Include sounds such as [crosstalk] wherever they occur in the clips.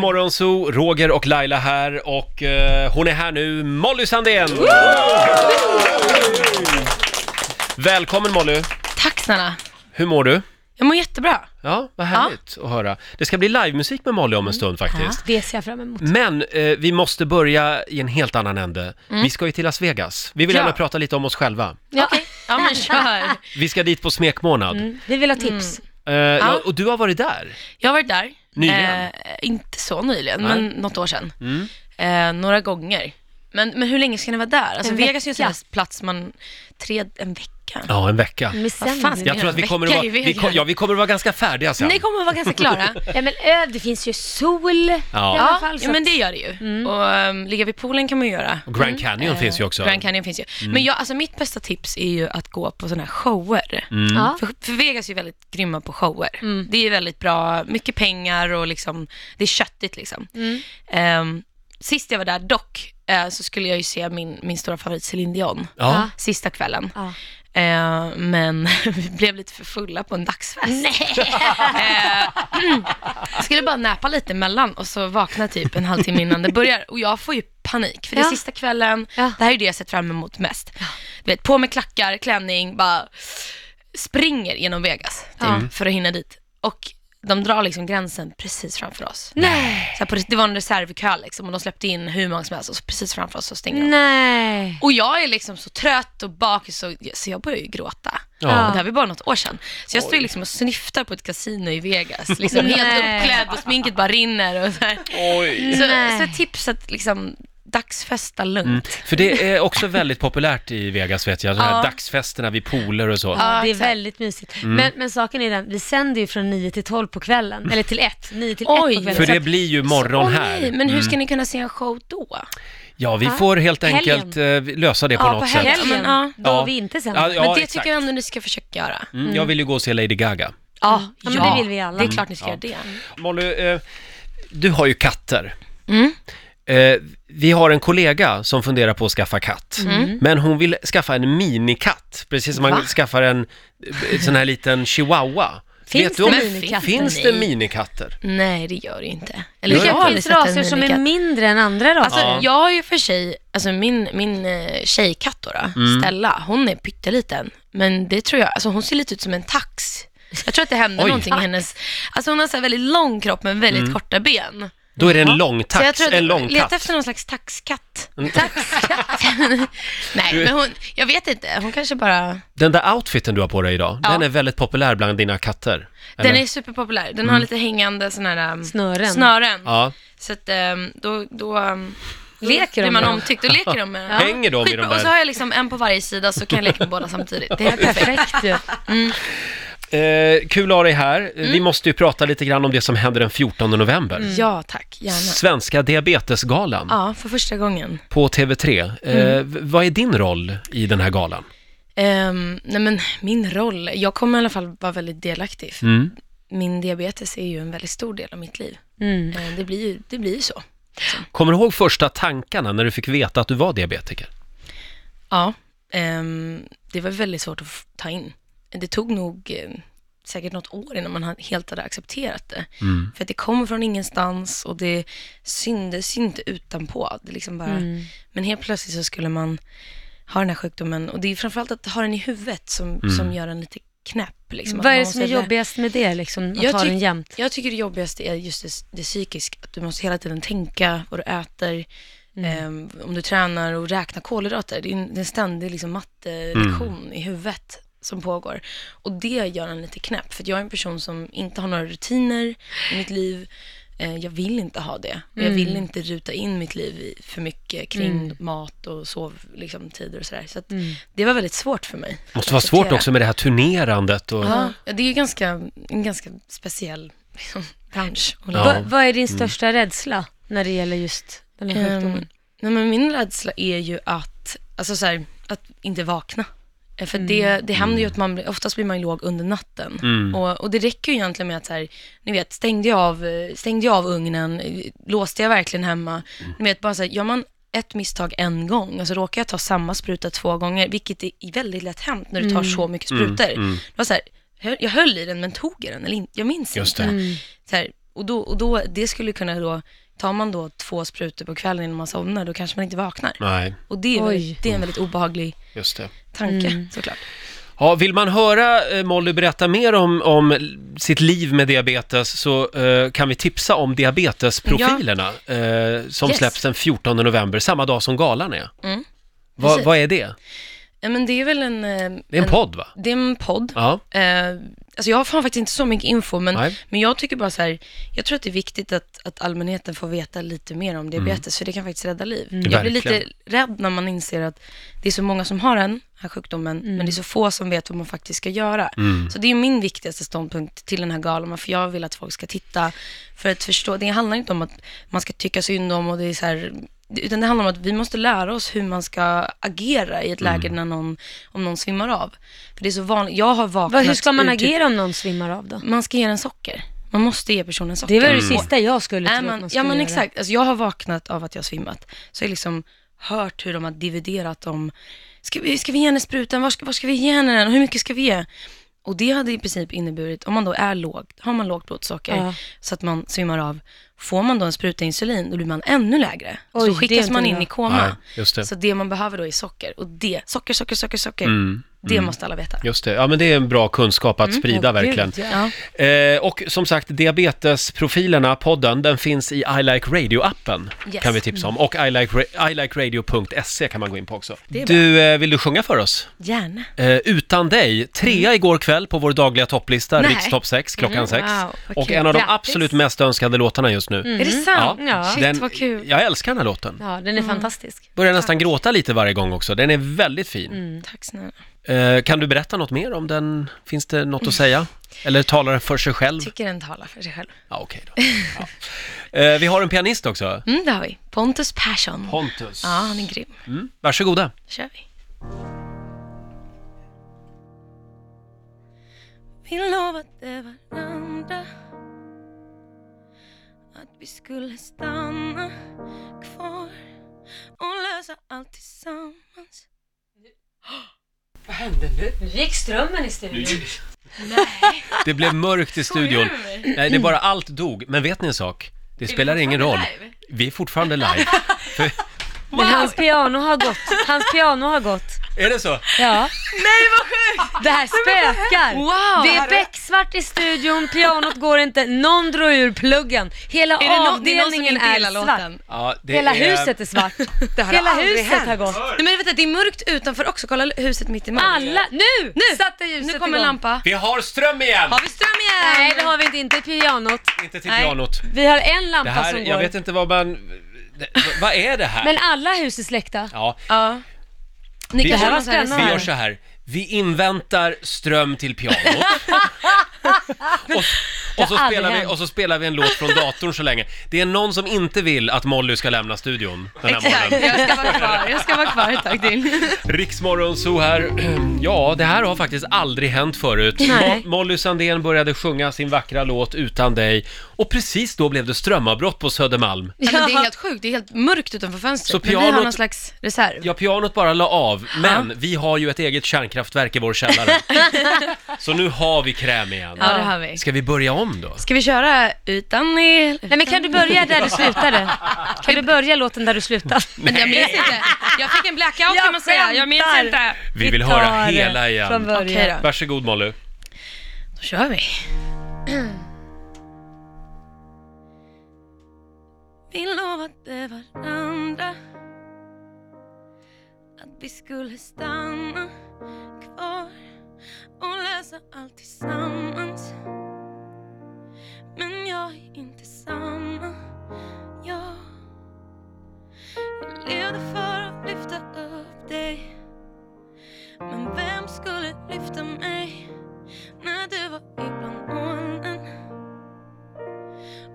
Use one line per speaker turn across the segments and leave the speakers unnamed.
Riksmorgonzoo, Roger och Laila här och eh, hon är här nu, Molly Sandén! Välkommen Molly!
Tack snälla.
Hur mår du?
Jag mår jättebra.
Ja, vad härligt att höra. Det ska bli livemusik med Molly om en stund faktiskt.
Det ser jag fram emot.
Men eh, vi måste börja i en helt annan ände. Vi ska ju till Las Vegas. Vi vill
Mm. Ja.
gärna prata lite om oss själva.
Ja. Okej, ja [laughs] men kör.
Vi ska dit på smekmånad.
Vi vill ha tips.
Mm.
Eh, ja, och du har varit där.
Jag har varit där.
Nyligen?
Eh, inte så nyligen,
Nej. Mm.
men något år sedan. Eh, några gånger. Men, men hur länge ska ni vara där? Alltså,
En
Vegas är ju en sån
vecka.
här plats man... Tre, en vecka?
Ja, en vecka.
Men
Vad
sen,
fan ska
Jag tror att vi kommer att vara,
Mm. Vecka
vi,
i
kom-
Vegas.
ja, vi kommer att vara ganska färdiga sen.
Ni kommer att vara ganska [laughs] klara.
ja men ö, det finns ju sol i alla
Ja.
ja,
fall.
ja, men det gör det ju. Och ehm, ligga vid poolen kan man ju göra.
Och Grand Canyon finns ju också.
Eh,
Mm.
Grand Canyon finns ju. Men jag, alltså, mitt bästa tips är ju att gå på såna här shower.
ja.
För, för Vegas är ju väldigt grymma på shower. Det är ju väldigt bra, mycket pengar och liksom, det är köttigt liksom. Ehm, sist jag var där dock, eh, så skulle jag ju se min, min stora favorit Céline Dion,
Ja.
sista kvällen.
Ja.
Eh, men [laughs] vi blev lite för fulla på en dagsfest. Eh, mm. jag skulle bara näpa lite emellan och så vakna typ en halvtimme innan det börjar. Och jag får ju panik, för det är
Ja.
sista kvällen.
Ja.
Det här är det jag sett fram emot mest. Du vet, på med klackar, klänning, bara springer genom Vegas typ, för att hinna dit. Och de drar liksom gränsen precis framför oss.
Nej.
Så här på, det var en reservkö liksom, och de släppte in hur många som helst och så precis framför oss så stänger de.
Nej.
Och jag är liksom så trött och bakis och, så jag börjar ju gråta.
Ja.
Och det här var bara något år sedan. Så jag står ju liksom och snyftar på ett kasino i Vegas. Liksom helt
Nej.
uppklädd och sminket bara rinner. Och så här.
Oj.
Så,
Nej. Mm.
så ett tips att liksom dagsfesta lugnt.
För det är också väldigt populärt i Vegas vet jag, de här
Ja.
dagsfesterna vid pooler och så.
Ja,
det är
exakt.
väldigt mysigt. Men, men saken är den, vi sänder ju från 9 till 12 på kvällen. Eller till 1. 9 till 1
Oj.
på kvällen.
För
Så
det
att-
blir ju morgon
Åh,
här.
nej, men
Mm.
hur ska ni kunna se en show då?
Ja, vi får helt
Helgen.
enkelt eh, lösa det på något sätt.
helgen.
helgen,
Ja,
då
Ja.
vi inte sänder.
Ja,
men
ja,
det
exakt.
tycker jag ändå ni ska försöka göra.
Mm, jag vill ju gå och se Lady Gaga.
Ja,
Mm. Ja, men det vill vi alla. Mm.
Det är klart ni ska göra det.
Molly, eh, du har ju katter.
Mm.
Eh, vi har en kollega som funderar på att skaffa katt, men hon vill skaffa en minikatt, precis som man
Mm. Va?
skaffar en eh, sån här liten chihuahua.
Finns
Vet du om-
det minikatter?
Finns det
Nej.
minikatter?
Nej, det gör det ju inte. Eller
Men
jag har
det
aldrig
finns
sett en
raser som är
minikatt.
mindre än andra raser.
Alltså, jag har ju för sig, alltså min, min eh, tjejkatt då, då
Mm.
Stella, hon är pytteliten. Men det tror jag, alltså hon ser lite ut som en tax. Jag tror att det hände
Oj. Mm.
någonting i hennes, alltså hon har så här väldigt lång kropp men väldigt korta ben. [laughs]
Då är det en
så jag
långtax,
tror att,
en långkatt.
leta efter någon slags taxkatt.
Mm.
Taxkatt? Nej, men hon, jag vet inte, hon kanske bara
Den där outfiten du har på dig idag,
Ja.
den är väldigt populär bland dina katter.
Den
eller?
är superpopulär. Den har lite hängande sån här... um,
Snören.
snören.
Mm. Ja.
Så att um, då, då um,
Leker de
blir man
med dem?
omtyckt. Då leker de med den.
[laughs] Hänger de i
Skitbra.
de där?
Och så har jag liksom en på varje sida så kan jag leka med båda samtidigt. Det är perfekt.
[laughs] Perfekt ju.
Eh, kul att ha dig här. Vi
Mm.
måste ju prata lite grann om det som händer den 14 november.
Ja, tack. Mm, Gärna.
Svenska diabetesgalan
Ja, Mm. för första gången.
på TV3. Eh, v- Vad är din roll i den här galan?
Ehm, nej men min roll, jag kommer i alla fall vara väldigt delaktig. För
Mm.
Min diabetes är ju en väldigt stor del av mitt liv.
Mm.
Eh, Det blir ju det blir ju så.
Kommer du ihåg första tankarna när du fick veta att du var diabetiker?
Ja, ehm, det var väldigt svårt att f- ta in. Det tog nog eh, säkert något år innan man ha- helt hade accepterat det. För att det kom från ingenstans och det syndes ju inte utanpå. Det liksom bara,
Mm.
Men helt plötsligt så skulle man ha den här sjukdomen och det är framförallt att ha den i huvudet som, som gör en lite knäpp. Liksom. Att
Vad är
man
det som
måste
är
lä-
jobbigast med det liksom? Att
Jag
ha
tyck-
den jämt?
Jag tycker det jobbigaste är just det, det psykiska, att du måste hela tiden tänka vad du äter,
Mm.
eh, om du tränar och räkna kolhydrater. Det är en, det är en ständig liksom, mattelektion
Mm.
i huvudet som pågår. Och det gör en lite knäpp, för att jag är en person som inte har några rutiner i mitt liv. Eh, jag vill inte ha det. Och Jag
Mm.
vill inte ruta in mitt liv i för mycket kring mat och sovtider liksom, tider och sådär. Så att det var väldigt svårt för mig.
Det Mm. måste
att
vara svårt
acceptera.
också med det här turnerandet och...
Ah. Ja, det är ju ganska, en ganska speciell liksom, bransch. Och
Ja.
Vad, vad är din största rädsla när det gäller just den här sjukdomen?
Ehm, nej, men min rädsla är ju att, alltså, så här, att inte vakna. Eh, För det, det händer ju att man, blir- oftast blir man ju låg under natten. Och, och det räcker ju egentligen med att så här, ni vet, stängde jag av, eh, stängde jag av ugnen, Eh, låste jag verkligen hemma? Ni vet, bara så här, gör man ett misstag en gång och så råkar jag ta samma spruta två gånger, vilket är väldigt lätt hänt när du tar så mycket sprutor. Det var så här, hö- jag höll i den men tog jag den eller inte? Jag minns
Just
inte.
det.
Så här, Och, då, och då, det skulle kunna då, tar man då två sprutor på kvällen innan man somnar, då kanske man inte vaknar.
Nej,
Och det är,
Oj.
väldigt, det är en väldigt obehaglig
just det.
tanke såklart.
Ja, vill man höra eh, Molly berätta mer om, om sitt liv med diabetes så eh, kan vi tipsa om diabetesprofilerna eh, som
Yes.
släpps den 14 november, samma dag som galan är.
Mm.
Va,
Precis.
vad är det?
Ja, men det är väl en... eh,
Det är en podd va?
Det är en podd.
Ja,
Eh, alltså jag har fan faktiskt inte så mycket info, men,
Nej.
men jag tycker bara så här, jag tror att det är viktigt att, att allmänheten får veta lite mer om diabetes, för det kan faktiskt rädda liv. Jag blir lite
Mm. Verkligen.
rädd när man inser att det är så många som har den här sjukdomen, men det är så få som vet vad man faktiskt ska göra.
Mm.
Så det är min viktigaste ståndpunkt till den här galan, för jag vill att folk ska titta för att förstå. Det handlar inte om att man ska tycka synd om och det är så här, utan det handlar om att vi måste lära oss hur man ska agera i ett
Mm.
läge när någon, om någon svimmar av. För det är så vanligt, jag har
Vad-
vaknat
Hur ska man
ur typ-
agera om någon svimmar av då? Mm.
Man ska ge den socker. Man måste ge personen socker.
Det var
Mm.
det sista jag skulle tro
Nej,
att man
man,
skulle
ja men
göra.
exakt, alltså, jag har vaknat av att jag har svimmat. Så jag har liksom hört hur de har dividerat om, ska vi, ska vi ge henne sprutan, var ska, var ska vi ge henne den och hur mycket ska vi ge? Och det hade i princip inneburit, om man då är låg, har man lågt blodsocker
Ja.
så att man svimmar av, får man då en spruta insulin då blir man ännu lägre.
Oj, det
så
är
skickas
inte
man in
bra.
i koma.
Nej, just det.
Så det man behöver då är socker och det, socker, socker, socker, socker, det måste alla veta.
just det. Mm. Ja, men det är en bra kunskap
Mm.
att sprida
Åh, gud,
verkligen.
ja.
Ja.
Eh, och som sagt, diabetesprofilerna, podden, den finns i I Like Radio-appen.
Yes.
Kan vi tipsa om. Och I like, ra- I like radio.se E kan man gå in på också.
Det är
Du, eh, vill du sjunga för oss?
Gärna.
Eh, utan dig, trea igår kväll på vår dagliga topplista,
Mm. Nej.
Rikstopp 6, klockan
Mm,
6.
wow, vad
och
kul.
en av de
Grattis.
absolut mest önskade låtarna just nu.
Är det sant?
Ja.
Mm. Shit
Den-
vad kul.
Jag älskar den här låten.
Ja, den
Mm.
är fantastisk.
Börjar nästan gråta lite varje gång också. Den är väldigt fin.
Tack snälla.
Eh, kan du berätta något mer om den? Finns det något att säga? Eller talar den för sig själv?
Tycker den talar för sig själv.
Ja, okej då. Ja. Eh, vi har en pianist också.
Mm, det har vi. Pontus Persson.
Pontus.
ja, han är grym.
Mm. Varsågoda.
kör vi. Vi lovade varandra att vi skulle stanna kvar och lösa allt tillsammans.
Gick strömmen i studion?
[laughs]
Det blev mörkt i studion. Nej, det är bara allt dog. Men vet ni en sak? Det spelar ingen roll. Vi är fortfarande live.
Men hans piano har gått. Hans piano har gått.
Är det så?
Ja. Nej vad sjukt! Det här spökar!
Wow!
Det är becksvart i studion, pianot går inte, någon drog ur pluggen. Hela
Är det någon, det är någon som
avdelningen
inte
är,
gillar
svart.
låten?
Ja, det
Hela
är-
huset
[laughs]
är svart.
har
Hela
aldrig
huset
hänt.
har gått.
Nej men vänta, det är mörkt utanför också. Kolla huset mitt emot.
Alla, nu!
Nu!
satte ljuset
Nu kommer
igång.
lampa.
Vi har ström igen!
Har vi ström igen?
Nej det har vi inte, inte i pianot.
Inte till
Nej.
pianot.
Vi har en
Det
lampa
här,
som
jag
går.
vet inte vad man... det- Vad är det här?
Men alla hus är släckta.
Ja,
Ja. Ni
Det
kanske
här
var
har så här-
vi
spännande.
gör så här. Vi inväntar ström till
[laughs]
pianot. och, och, så
Det har
spelar vi,
aldrig
och så spelar vi en låt från datorn så länge. Det är någon som inte vill att Molly ska lämna studion den här
Exakt,
morgonen.
jag ska vara kvar. Jag ska vara kvar ett tag
[laughs]
till.
Riksmorgon så här. [clears throat] Ja, det här har faktiskt aldrig hänt förut.
Nej.
Mo- Molly Sandén började sjunga sin vackra låt Utan dig och precis då blev det strömavbrott på Södermalm.
Ja, men det är helt sjukt, det är helt mörkt utanför fönstret.
Så
Men vi
pianot-
har någon slags reserv.
Ja, pianot bara la av, men vi har ju ett eget kärnkraftverk i vår
[laughs]
källare. så nu har vi kräm igen.
Ja, det har vi.
Ska vi börja om då?
Ska vi köra utan el?
Nej men kan du börja där du slutade? Kan du börja låten där
[laughs]
du slutade?
Men jag minns inte. Jag fick en blackout kan man säga. Jag minns
skämtar.
inte.
Vi vill
tar
höra
det
hela
Från
igen.
början.
Okej då.
Varsågod Molly.
Då kör vi. [clears throat] Vi lovade varandra att vi skulle stanna kvar och lösa allt tillsammans. Men jag är inte samma jag. Jag levde för att lyfta upp dig. Men vem skulle lyfta mig? när du var ibland molnen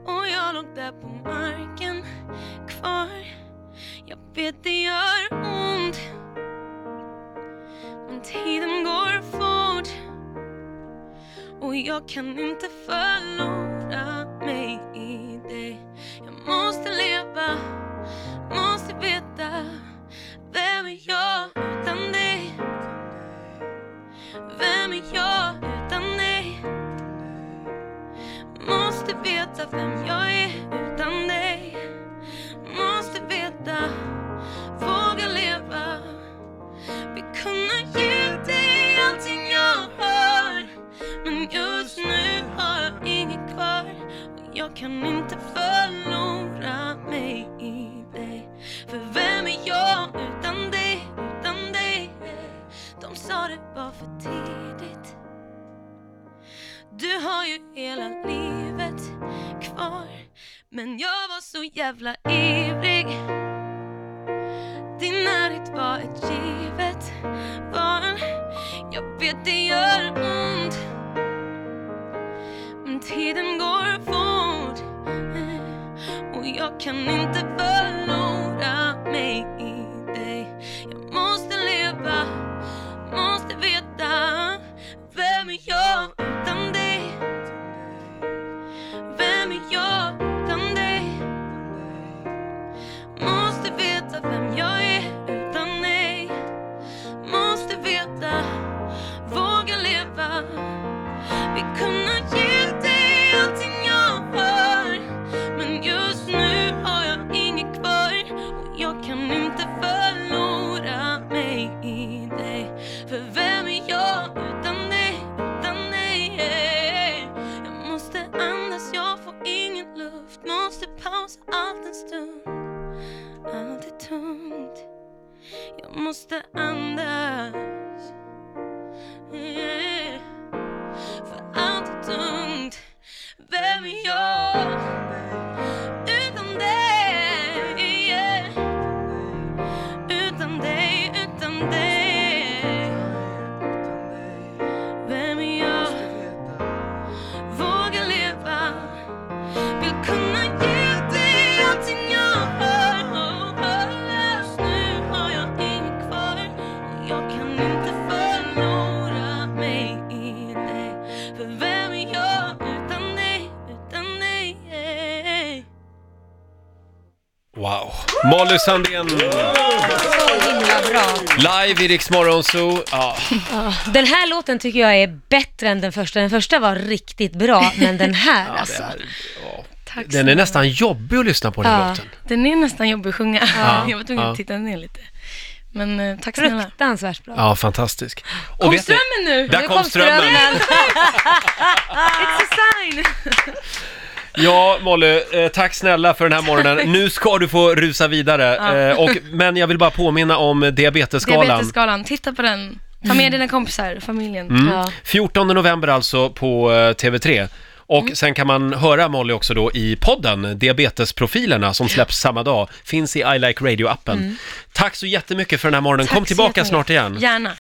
och jag låg där på marken kvar Jag vet det gör ont men tiden går fort och jag kan inte förlora mig i dig Jag måste leva, måste veta vem är jag utan dig? Vem är jag utan dig? Måste veta veta vem jag är utan dig. Måste veta, våga leva. Vi kunna ge dig allting jag har. Men just nu har jag inget kvar. Och jag kan inte förlora mig i dig. För vem är jag utan dig, utan dig? De sa det var för tidigt. Du har ju hela livet kvar Men jag var så jävla ivrig Din närhet var ett givet barn Jag vet det gör ont Men tiden går fort Och jag kan inte förlora mig i dig Jag måste leva, måste veta vem är jag utan dig? Vem är jag utan dig? Måste veta vem jag är utan dig. Måste veta, våga leva. Vi kunna ge dig allting jag har. Men just nu har jag inget kvar. Och jag kan inte förlora mig i dig. För vem är jag utan dig, utan dig? Jag måste andas, jag får ingen luft. Måste pausa allt en stund. Allt är tungt. Jag måste andas. Yeah. För allt är tungt. Vem är jag? Utan dig, yeah. Utan dig, utan dig Vem är jag? Våga leva Vill kunna ge dig allting jag har Just nu har jag inget kvar Och Jag kan inte förlora mig i dig För vem är jag utan dig, utan dig?
Wow. Molly Sandén,
Så himla bra.
live i Rix Morgon Zoo. Ja.
Den här låten tycker jag är bättre än den första. Den första var riktigt bra, men den här
Ja,
alltså.
det här, ja.
Tack
Den är nästan jobbig att lyssna på den här
Ja.
låten.
Den är nästan jobbig att sjunga.
Ja.
[laughs] Jag var tvungen
Ja.
att titta ner lite. Men eh, tack snälla.
Fruktansvärt bra.
Ja, fantastisk. Och
Kom
vet ni-
strömmen nu!
Där
Nu
kom
kom
strömmen!
strömmen.
It's a sign!
Ja, Molly, eh, tack snälla för den här morgonen. Nu ska du få rusa vidare. Eh, och, men jag vill bara påminna om diabetesskalan.
Diabetesskalan, titta på den. Ta
Mm.
med dina kompisar, familjen.
Ja.
14 november alltså på eh, TV3. Och
Mm.
sen kan man höra Molly också då i podden, Diabetesprofilerna, som släpps samma dag. Finns i I Like Radio-appen. Tack så jättemycket för den här morgonen.
Mm. Tack
Kom
så
tillbaka
jättemycket.
snart igen.
Gärna.